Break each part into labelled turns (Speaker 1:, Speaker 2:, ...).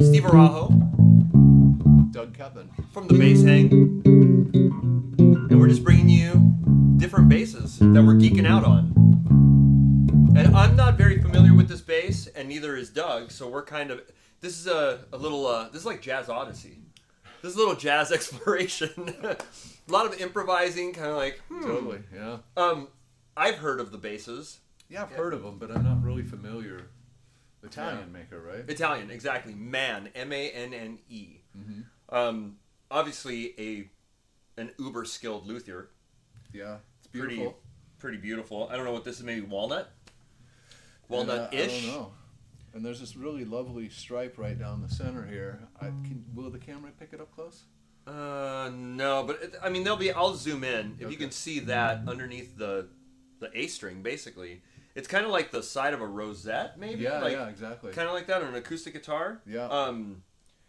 Speaker 1: Steve Arajo, Doug Cutman from the Bass Hang, and we're just bringing you different basses that we're geeking out on. And I'm not very familiar with this bass, and neither is Doug, so we're kind of this is a, a little uh, this is like jazz odyssey. This is a little jazz exploration. a lot of improvising, kind of like hmm.
Speaker 2: Totally, yeah.
Speaker 1: um, I've heard of the basses.
Speaker 2: Yeah, I've heard of them, but I'm not really familiar. Italian maker, right?
Speaker 1: Italian, exactly. Man, M A N N E. Um, obviously a an uber skilled luthier.
Speaker 2: yeah, it's
Speaker 1: Pretty
Speaker 2: beautiful.
Speaker 1: pretty beautiful. I don't know what this is. Maybe walnut. Walnut ish.
Speaker 2: And, uh, I don't know. And there's this really lovely stripe right down the center here. I can, will the camera pick it up close?
Speaker 1: Uh, no, but it, I mean they'll be. I'll zoom in if you
Speaker 2: Okay.
Speaker 1: can see that underneath the the A string. Basically, it's kind of like the side of a rosette, maybe.
Speaker 2: Yeah,
Speaker 1: like,
Speaker 2: yeah, exactly.
Speaker 1: Kind of like that on an acoustic guitar.
Speaker 2: Yeah.
Speaker 1: Um,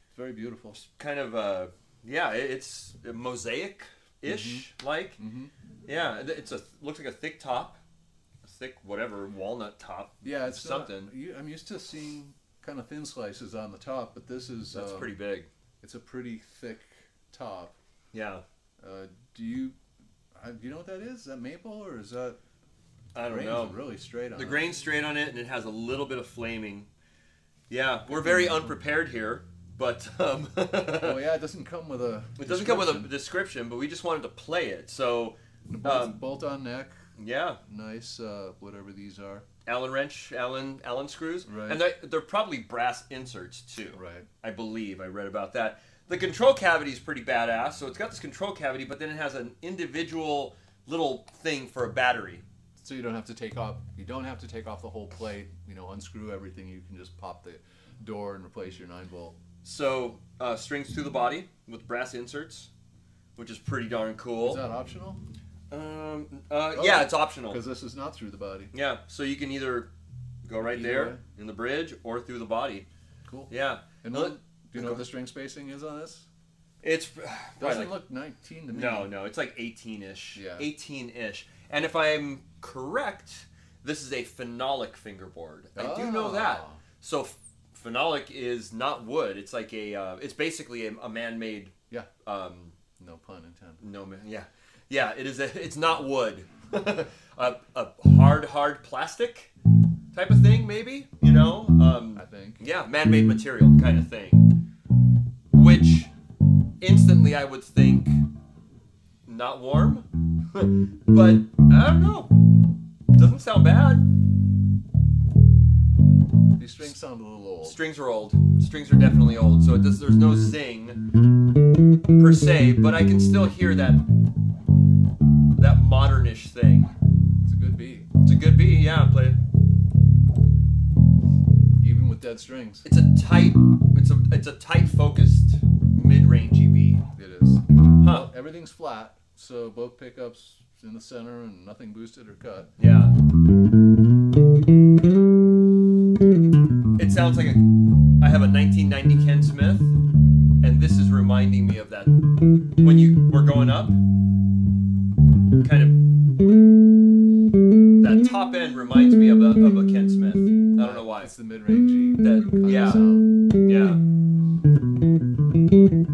Speaker 2: It's very beautiful.
Speaker 1: kind of uh, yeah, it, it's mosaic ish like.
Speaker 2: Mhm.
Speaker 1: Yeah, it- it's a looks like a thick top, a thick whatever walnut top.
Speaker 2: Yeah, it's not-
Speaker 1: something.
Speaker 2: you, I'm used to seeing kind of thin slices on the top, but this is
Speaker 1: That's
Speaker 2: um,
Speaker 1: pretty big.
Speaker 2: It's a pretty thick top.
Speaker 1: Yeah,
Speaker 2: Uh, do you uh, do you know what that is? Is that maple or is that
Speaker 1: I don't
Speaker 2: grain's
Speaker 1: know.
Speaker 2: really straight on
Speaker 1: The
Speaker 2: it.
Speaker 1: grain's straight on it, and it has a little bit of flaming. Yeah, we're very unprepared here, but um,
Speaker 2: Oh yeah, it doesn't come with a.
Speaker 1: it doesn't come with a
Speaker 2: description.
Speaker 1: description. But we just wanted to play it, so
Speaker 2: bolt,
Speaker 1: um,
Speaker 2: bolt on neck,
Speaker 1: yeah,
Speaker 2: nice uh, whatever these are.
Speaker 1: Allen wrench, Allen Allen screws,
Speaker 2: Right.
Speaker 1: and they, they're probably brass inserts too.
Speaker 2: Right.
Speaker 1: I believe I read about that. The control cavity is pretty badass. So it's got this control cavity, but then it has an individual little thing for a battery.
Speaker 2: So you don't have to take off. You don't have to take off the whole plate. You know, unscrew everything. You can just pop the door and replace your nine volt.
Speaker 1: So uh, strings through the body with brass inserts, which is pretty darn
Speaker 2: Is
Speaker 1: cool.
Speaker 2: that optional?
Speaker 1: um, uh,
Speaker 2: Oh.
Speaker 1: yeah, it's optional.
Speaker 2: Because this is not through the body.
Speaker 1: Yeah, so you can either go right
Speaker 2: Either
Speaker 1: there
Speaker 2: way.
Speaker 1: in the bridge or through the body.
Speaker 2: Cool.
Speaker 1: Yeah,
Speaker 2: And
Speaker 1: Uh,
Speaker 2: what, do you know what the string spacing is on this?
Speaker 1: it's
Speaker 2: Doesn't
Speaker 1: probably like,
Speaker 2: look 19 to me.
Speaker 1: no, no, it's like eighteen-ish.
Speaker 2: Yeah.
Speaker 1: eighteen-ish. And if I'm correct, this is a phenolic fingerboard. I do know that.
Speaker 2: Oh.
Speaker 1: So f- phenolic is not wood. It's like a. Uh, it's basically a, a man-made.
Speaker 2: Yeah.
Speaker 1: Um,
Speaker 2: No pun intended.
Speaker 1: no man. Yeah, yeah. It is. A, it's not wood. a, a hard, hard plastic type of thing, maybe. You know. Um,
Speaker 2: I think.
Speaker 1: yeah, man-made material kind of thing. Which instantly I would think not warm, but I don't know. Doesn't sound bad.
Speaker 2: These strings sound a little old.
Speaker 1: Strings are old. Strings are definitely old, so it does, there's no zing per se, but I can still hear that that modernish thing.
Speaker 2: It's a good beat,
Speaker 1: It's a good beat, yeah. Play. it.
Speaker 2: even with dead strings.
Speaker 1: It's a tight. It's a it's a tight focused mid-rangey beat.
Speaker 2: It is.
Speaker 1: Huh.
Speaker 2: Everything's flat, so both pickups in the center and nothing boosted or cut.
Speaker 1: Yeah. It sounds like a, I have a 1990 Ken Smith, and this is reminding me of that when you were going up. Kind of that top end reminds me of a, of a Ken Smith. I don't know why.
Speaker 2: It's the mid-rangey
Speaker 1: That-
Speaker 2: kind
Speaker 1: yeah.
Speaker 2: of sound.
Speaker 1: Yeah.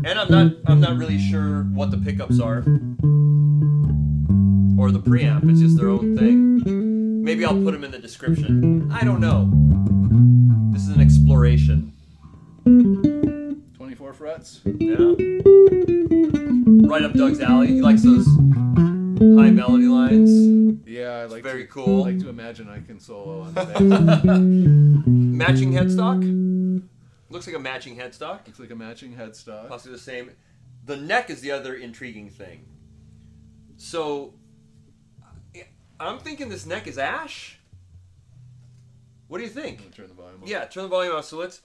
Speaker 1: And I'm not I'm not really sure what the pickups are. Or the preamp, it's just their own thing. Maybe I'll put them in the description. I don't know. This is an exploration.
Speaker 2: 24 frets.
Speaker 1: Yeah. Right up Doug's alley. He likes those high melody lines.
Speaker 2: Yeah, I like
Speaker 1: Very
Speaker 2: to,
Speaker 1: cool.
Speaker 2: like to imagine I can solo on the bass.
Speaker 1: Matching headstock. Looks like a matching headstock.
Speaker 2: Looks like a matching headstock.
Speaker 1: possibly the same. The neck is the other intriguing thing. So, I- I'm thinking this neck is ash. What do you
Speaker 2: I'm gonna
Speaker 1: think?
Speaker 2: turn the volume up.
Speaker 1: Yeah, turn the volume off. So let's.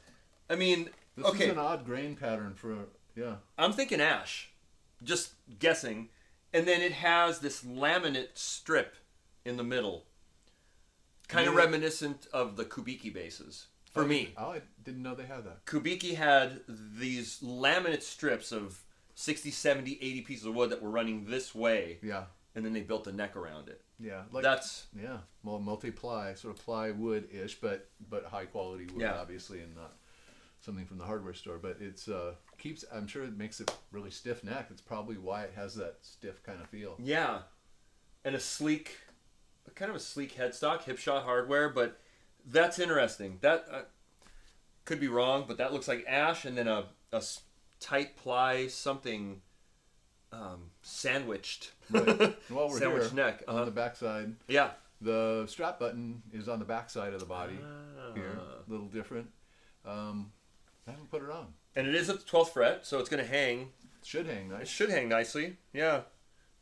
Speaker 1: I mean,
Speaker 2: This is
Speaker 1: okay,
Speaker 2: an odd grain pattern for a- yeah.
Speaker 1: I'm thinking ash. Just guessing, and then it has this laminate strip in the middle, kind of
Speaker 2: Yeah.
Speaker 1: reminiscent of the Kubiki bases for me.
Speaker 2: Oh, I didn't know they had that.
Speaker 1: Kubiki had these laminate strips of 60, 70, 80 pieces of wood that were running this way,
Speaker 2: Yeah.
Speaker 1: and then they built a neck around it.
Speaker 2: Yeah. Like
Speaker 1: That's
Speaker 2: yeah, well, multi ply, sort of plywood ish, but but high quality wood,
Speaker 1: Yeah.
Speaker 2: obviously, and not something from the hardware store, but it's uh, keeps. I'm sure it makes it really stiff neck. It's probably why it has that stiff kind of feel.
Speaker 1: Yeah, and a sleek, kind of a sleek headstock, hip shot hardware, but that's interesting. That uh, could be wrong, but that looks like ash, and then a, a s- tight ply something um, sandwiched,
Speaker 2: Right. And while we're
Speaker 1: sandwiched
Speaker 2: here,
Speaker 1: neck.
Speaker 2: on
Speaker 1: Uh,
Speaker 2: the backside,
Speaker 1: yeah,
Speaker 2: the strap button is on the backside of the body here,
Speaker 1: Ah.
Speaker 2: a little different. Um, I haven't put it on.
Speaker 1: and it is at the twelfth fret, so it's gonna hang.
Speaker 2: It should hang
Speaker 1: It
Speaker 2: nice.
Speaker 1: should hang nicely. Yeah,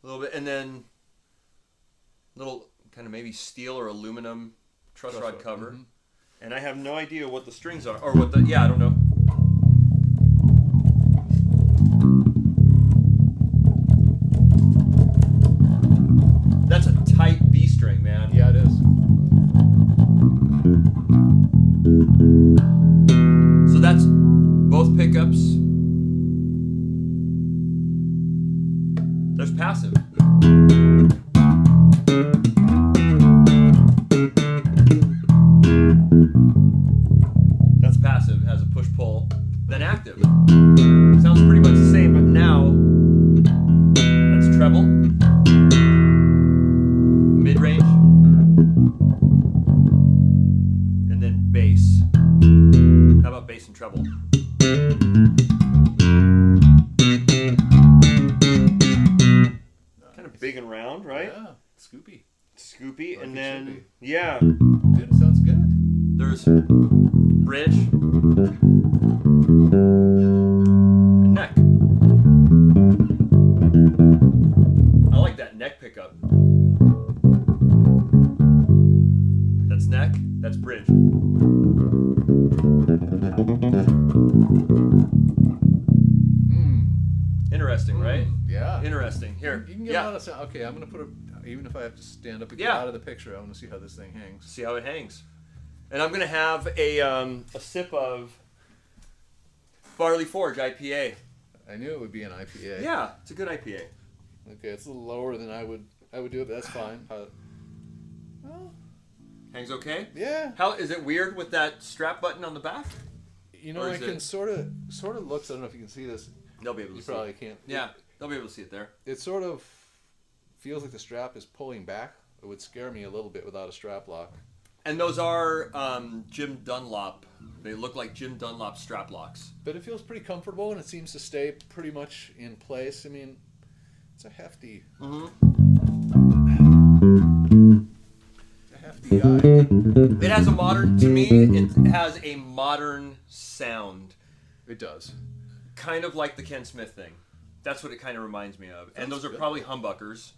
Speaker 1: a little bit, and then little kind of maybe steel or aluminum truss,
Speaker 2: Truss
Speaker 1: rod mm-hmm.
Speaker 2: rod,
Speaker 1: cover.
Speaker 2: mhm.
Speaker 1: And I have no idea what the strings are, or what the yeah, I don't know. That's a tight B string, man.
Speaker 2: Yeah, it is.
Speaker 1: So that's both pickups. There's passive. That's passive, has a push pull, then active. Sounds pretty much the same, but now that's treble, mid range, and then bass. How about bass and treble? Kind of big and round, right?
Speaker 2: Yeah, Scoopy.
Speaker 1: Scoopy,
Speaker 2: Like
Speaker 1: and
Speaker 2: it should
Speaker 1: then yeah,
Speaker 2: Dude, it sounds good.
Speaker 1: there's bridge, and neck. I like that neck pickup. That's neck. That's bridge.
Speaker 2: Mm.
Speaker 1: Interesting, right?
Speaker 2: Yeah.
Speaker 1: Interesting. Here,
Speaker 2: You can get
Speaker 1: yeah.
Speaker 2: a lot of sound. Okay, I'm gonna put a. Even if I have to stand up and get
Speaker 1: Yeah.
Speaker 2: out of the picture, I want to see how this thing hangs.
Speaker 1: see how it hangs. And I'm gonna have a um, a sip of Barley Forge IPA.
Speaker 2: I knew it would be an IPA.
Speaker 1: Yeah, it's a good IPA.
Speaker 2: Okay, it's a little lower than I would. I would do it, but that's fine. Uh, well,
Speaker 1: Hangs okay.
Speaker 2: yeah.
Speaker 1: How is it weird with that strap button on the back?
Speaker 2: You know,
Speaker 1: Or
Speaker 2: I
Speaker 1: is
Speaker 2: can
Speaker 1: it-
Speaker 2: sort of, sort of looks. I don't know if you can see this.
Speaker 1: They'll be able to
Speaker 2: You
Speaker 1: see.
Speaker 2: probably
Speaker 1: it.
Speaker 2: can't.
Speaker 1: Yeah, they'll be able to see it there.
Speaker 2: It sort of feels like the strap is pulling back. It would scare me a little bit without a strap lock.
Speaker 1: And those are um, Jim Dunlop. They look like Jim Dunlop strap locks.
Speaker 2: But it feels pretty comfortable, and it seems to stay pretty much in place. I mean, it's a hefty.
Speaker 1: Mm-hmm.
Speaker 2: It's a hefty guy.
Speaker 1: It has a modern. To me, it has a modern sound,
Speaker 2: It does.
Speaker 1: kind of like the Ken Smith thing. That's what it kind of reminds me of. And
Speaker 2: Sounds
Speaker 1: those are
Speaker 2: good.
Speaker 1: probably humbuckers.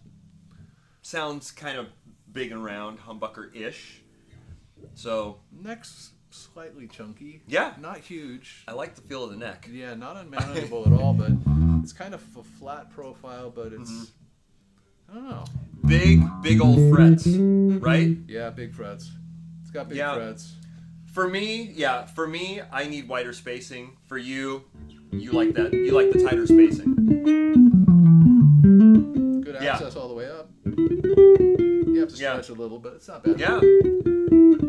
Speaker 1: Sounds kind of big and round, humbucker-ish. So
Speaker 2: Neck's slightly chunky.
Speaker 1: Yeah.
Speaker 2: Not huge.
Speaker 1: I like the feel of the neck.
Speaker 2: Yeah, not unmanageable at all, but it's kind of a flat profile, but it's.
Speaker 1: Mm-hmm.
Speaker 2: I don't know.
Speaker 1: Big, big old frets, right?
Speaker 2: Yeah, big frets. It's got big
Speaker 1: Yeah.
Speaker 2: frets.
Speaker 1: For me, yeah, for me, I need wider spacing. For you, you like that. You like the tighter spacing.
Speaker 2: Good
Speaker 1: Yeah.
Speaker 2: access all the way up. You have to
Speaker 1: Yeah.
Speaker 2: stretch a little, but it's not bad.
Speaker 1: Yeah.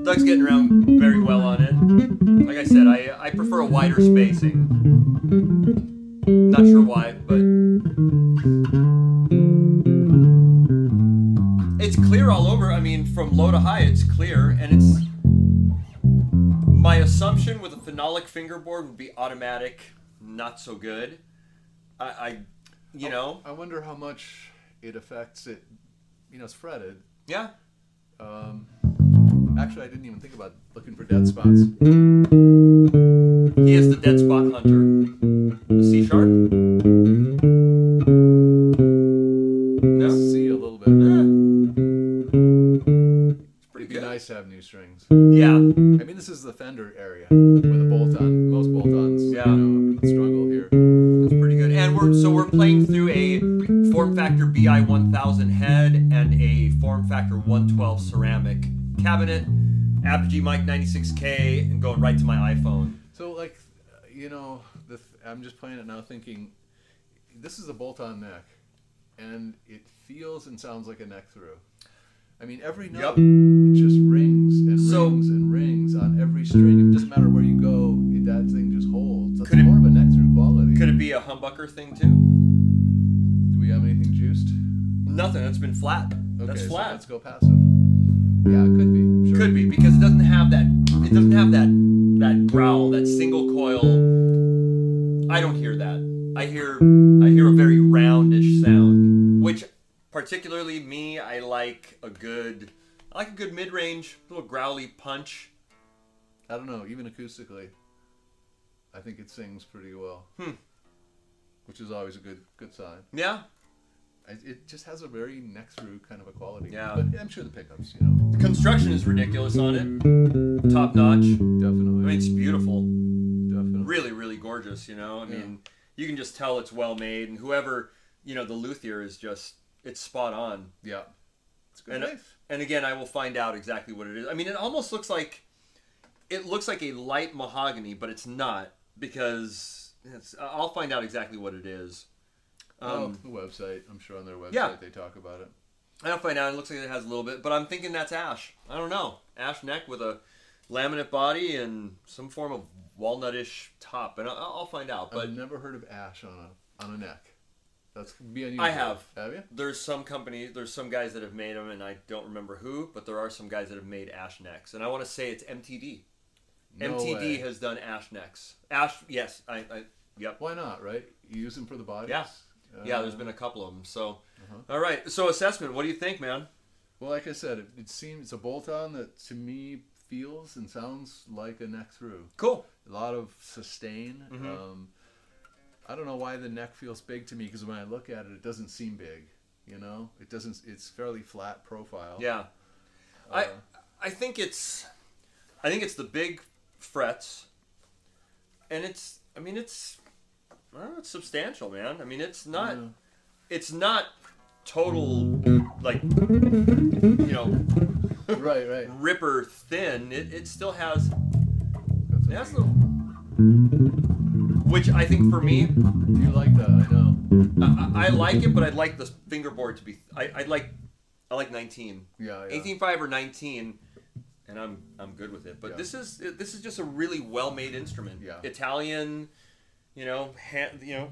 Speaker 1: Doug's getting around very well on it. Like I said, I, I prefer a wider spacing. Not sure why, but. It's clear all over. I mean, from low to high, it's clear, and it's. My assumption with a phenolic fingerboard would be automatic, not so good. I, I you know,
Speaker 2: I wonder how much it affects it. You know, it's fretted.
Speaker 1: yeah.
Speaker 2: Um, actually, I didn't even think about looking for dead spots.
Speaker 1: He is the dead spot hunter. C sharp? No. Eh.
Speaker 2: See a little bit.
Speaker 1: It's pretty
Speaker 2: It'd be
Speaker 1: good.
Speaker 2: nice to have new strings.
Speaker 1: Yeah.
Speaker 2: I mean, this is the Fender area with a bolt on. Most bolt ons,
Speaker 1: Yeah.
Speaker 2: you know, struggle here.
Speaker 1: That's pretty good. And we're so we're playing through a Form Factor BI 1000 head and a Form Factor 112 ceramic cabinet, Apogee mic 96K, and going right to my iPhone.
Speaker 2: So, like, you know, the th- I'm just playing it now, thinking this is a bolt on neck, and it feels and sounds like a neck through. I mean, every note
Speaker 1: Yup.
Speaker 2: it just rings and
Speaker 1: So-
Speaker 2: rings and rings on every string. It doesn't matter where you go; it, that thing just
Speaker 1: going to be a humbucker thing too.
Speaker 2: Do we have anything juiced?
Speaker 1: Nothing. That's been flat.
Speaker 2: Okay,
Speaker 1: that's
Speaker 2: so
Speaker 1: flat.
Speaker 2: let's go passive. Yeah, it could be. Sure.
Speaker 1: Could be because it doesn't have that. It doesn't have that that growl, that single coil. I don't hear that. I hear I hear a very roundish sound, which particularly me, I like a good I like a good mid range, little growly punch.
Speaker 2: I don't know. Even acoustically, I think it sings pretty well. Hmm. Which is always a good good sign.
Speaker 1: Yeah,
Speaker 2: It- It just has a very next through kind of a quality.
Speaker 1: Yeah.
Speaker 2: But I'm sure the pickups, you know,
Speaker 1: the construction is ridiculous on it, top notch.
Speaker 2: definitely,
Speaker 1: I mean, it's beautiful.
Speaker 2: definitely.
Speaker 1: really really gorgeous you know i
Speaker 2: Yeah.
Speaker 1: mean you can just tell it's well made and whoever you know the luthier is just it's spot on
Speaker 2: Yeah. It's good.
Speaker 1: and, uh,
Speaker 2: knife.
Speaker 1: and again i will find out exactly what it is i mean it almost looks like it looks like a light mahogany but it's not because it's, i'll find out exactly what it is
Speaker 2: oh,
Speaker 1: um,
Speaker 2: the website. I'm sure on their website
Speaker 1: yeah.
Speaker 2: they talk about it.
Speaker 1: and i'll find out it looks like it has a little bit but i'm thinking that's ash i don't know ash neck with a laminate body and some form of walnutish top and i'll, I'll find out but
Speaker 2: I've never heard of ash on a on a neck. That's gonna be unusual.
Speaker 1: I have.
Speaker 2: Have you?
Speaker 1: There's some company, there's some guys that have made them, and I don't remember who, but there are some guys that have made ash necks, and I want to say it's MTD.
Speaker 2: No
Speaker 1: MTD
Speaker 2: way.
Speaker 1: has done ash necks. Ash, yes, I, I yep,
Speaker 2: Why not? Right? You use them for the body.
Speaker 1: Yeah. yeah. There's been a couple of them. So,
Speaker 2: Uh-huh.
Speaker 1: all right. So assessment. What do you think, man?
Speaker 2: Well, like I said, it, it seems it's a bolt-on that to me feels and sounds like a neck through.
Speaker 1: Cool.
Speaker 2: A lot of sustain.
Speaker 1: Mm-hmm.
Speaker 2: Um, I don't know why the neck feels big to me because when I look at it, it doesn't seem big. You know, it doesn't. It's fairly flat profile. Uh,
Speaker 1: Yeah. I I think it's I think it's the big frets, and it's I mean it's I don't know, it's substantial, man. I mean it's not
Speaker 2: Yeah.
Speaker 1: it's not total like you know
Speaker 2: right. Right.
Speaker 1: ripper thin. It, it still has
Speaker 2: That's
Speaker 1: that's
Speaker 2: amazing.
Speaker 1: little, which I think for me
Speaker 2: You like that? I know.
Speaker 1: I, I I
Speaker 2: Mm-hmm.
Speaker 1: like it, but I'd like the fingerboard to be I I'd like I like nineteen.
Speaker 2: Yeah. yeah.
Speaker 1: 18.5 or 19 and I'm I'm good with it. But
Speaker 2: Yeah.
Speaker 1: this is this is just a really well-made instrument.
Speaker 2: Yeah.
Speaker 1: Italian, you know, ha- you know,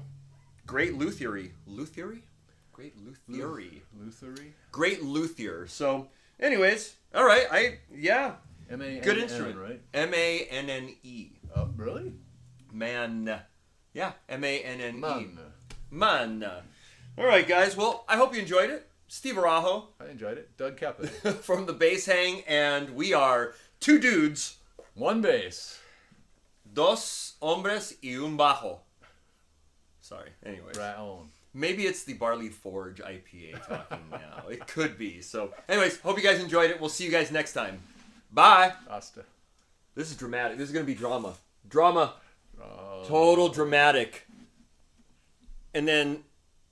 Speaker 1: great luthiery. Luthiery? Great luthiery.
Speaker 2: Luthery.
Speaker 1: Great luthier. So, anyways, all right, I yeah,
Speaker 2: M A N N,
Speaker 1: good instrument.
Speaker 2: right?
Speaker 1: M A N N E.
Speaker 2: Oh, really?
Speaker 1: Man. Yeah, M A N N E.
Speaker 2: Man,
Speaker 1: Man. All right, guys. Well, I hope you enjoyed it. Steve Arajo
Speaker 2: I enjoyed it. Doug Kaplan.
Speaker 1: from the Bass Hang, and we are two dudes
Speaker 2: One base.
Speaker 1: Dos hombres y un bajo. Sorry. Anyways,
Speaker 2: Right on.
Speaker 1: maybe it's the Barley Forge IPA talking now. It could be. So, anyways, hope you guys enjoyed it. We'll see you guys next time. Bye.
Speaker 2: Asta.
Speaker 1: This is dramatic. This is gonna be drama. Drama.
Speaker 2: Oh.
Speaker 1: Total dramatic. And then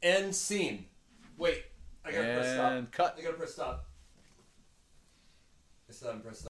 Speaker 1: end scene. Wait, I gotta press stop.
Speaker 2: And cut.
Speaker 1: I gotta press stop. I said I'm press stop.